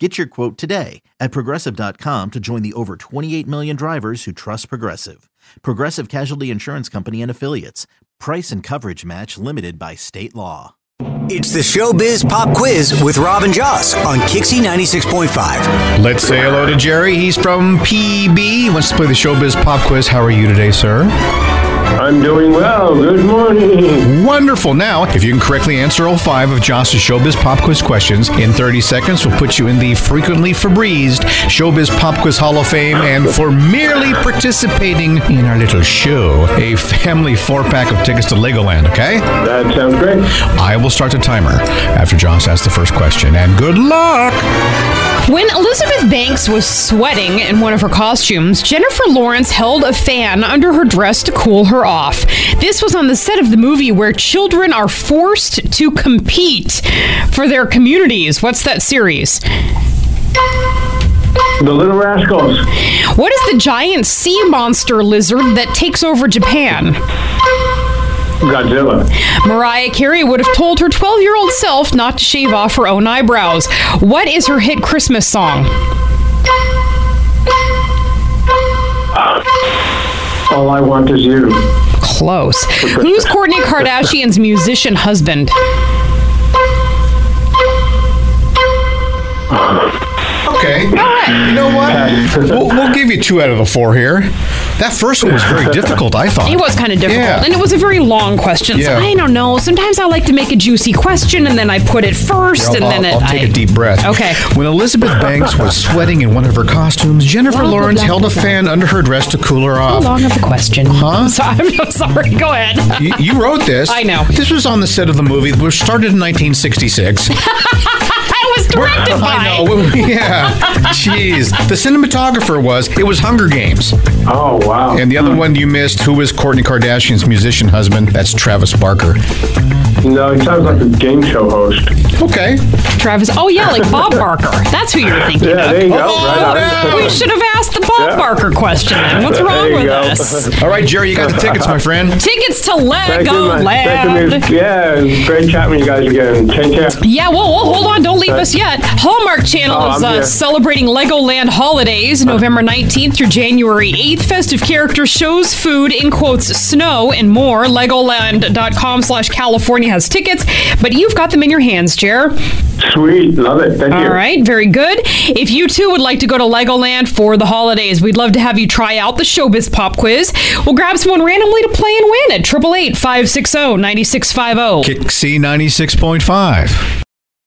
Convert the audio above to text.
Get your quote today at progressive.com to join the over 28 million drivers who trust Progressive. Progressive Casualty Insurance Company and Affiliates. Price and coverage match limited by state law. It's the Showbiz Pop Quiz with Robin Joss on Kixie 96.5. Let's say hello to Jerry. He's from PB. He wants to play the Showbiz Pop Quiz. How are you today, sir? I'm doing well. Good morning. Wonderful. Now, if you can correctly answer all five of Joss's Showbiz Pop Quiz questions in 30 seconds, we'll put you in the frequently Febrezed Showbiz Pop Quiz Hall of Fame. And for merely participating in our little show, a family four pack of tickets to Legoland, okay? That sounds great. I will start the timer after Joss asks the first question. And good luck! When Elizabeth Banks was sweating in one of her costumes, Jennifer Lawrence held a fan under her dress to cool her off. This was on the set of the movie where children are forced to compete for their communities. What's that series? The Little Rascals. What is the giant sea monster lizard that takes over Japan? Godzilla. Mariah Carey would have told her 12 year old self not to shave off her own eyebrows. What is her hit Christmas song? All I want is you. Close. Who's Courtney Kardashian's musician husband? Okay. You know what? We'll, we'll give you two out of the four here. That first one was very difficult, I thought. It was kind of difficult. Yeah. And it was a very long question. Yeah. So I don't know. Sometimes I like to make a juicy question and then I put it 1st I'll, and then I'll- it. I'll take I- a deep breath. Okay. When Elizabeth Banks was sweating in one of her costumes, Jennifer Blah, blah, Lawrence blah, held blah, a blah. fan under her dress to cool her How off. long of a question? I'm, so, I'm so sorry. Go ahead. You, you wrote this. I know. This was on the set of the movie, which started in 1966. I was directed by. I know. Yeah. Jeez. The cinematographer was. It was Hunger Games. Oh, wow. And the Hmm. other one you missed, who was Courtney Kardashian's musician husband? That's Travis Barker. No, it sounds like a game show host. Okay. Travis. Oh, yeah, like Bob Barker. That's who you're thinking Yeah, of. there you go. Oh, right on. no. We should have asked the Bob Yeah. Barker question then. What's wrong There you with go. us? All right, Jerry, you got the tickets, my friend. Tickets to Thank you, man. Thank Legoland. you. Yeah, it was great chatting with you guys again. Take care. Yeah, well, well, hold on. Don't leave us yet. Hallmark Channel Oh, is I'm uh, here. celebrating Legoland holidays November 19th through January 8th. Festive character shows, food, in quotes, snow, and more. Legoland.com slash California has tickets, but you've got them in your hands, Jer. Sweet. Love it. Thank you. All right, very good. If you too would like to go to Legoland for the holidays, we'd love to have you try out the Showbiz Pop Quiz. We'll grab someone randomly to play and win at 888 560 9650. Kixie 96.5.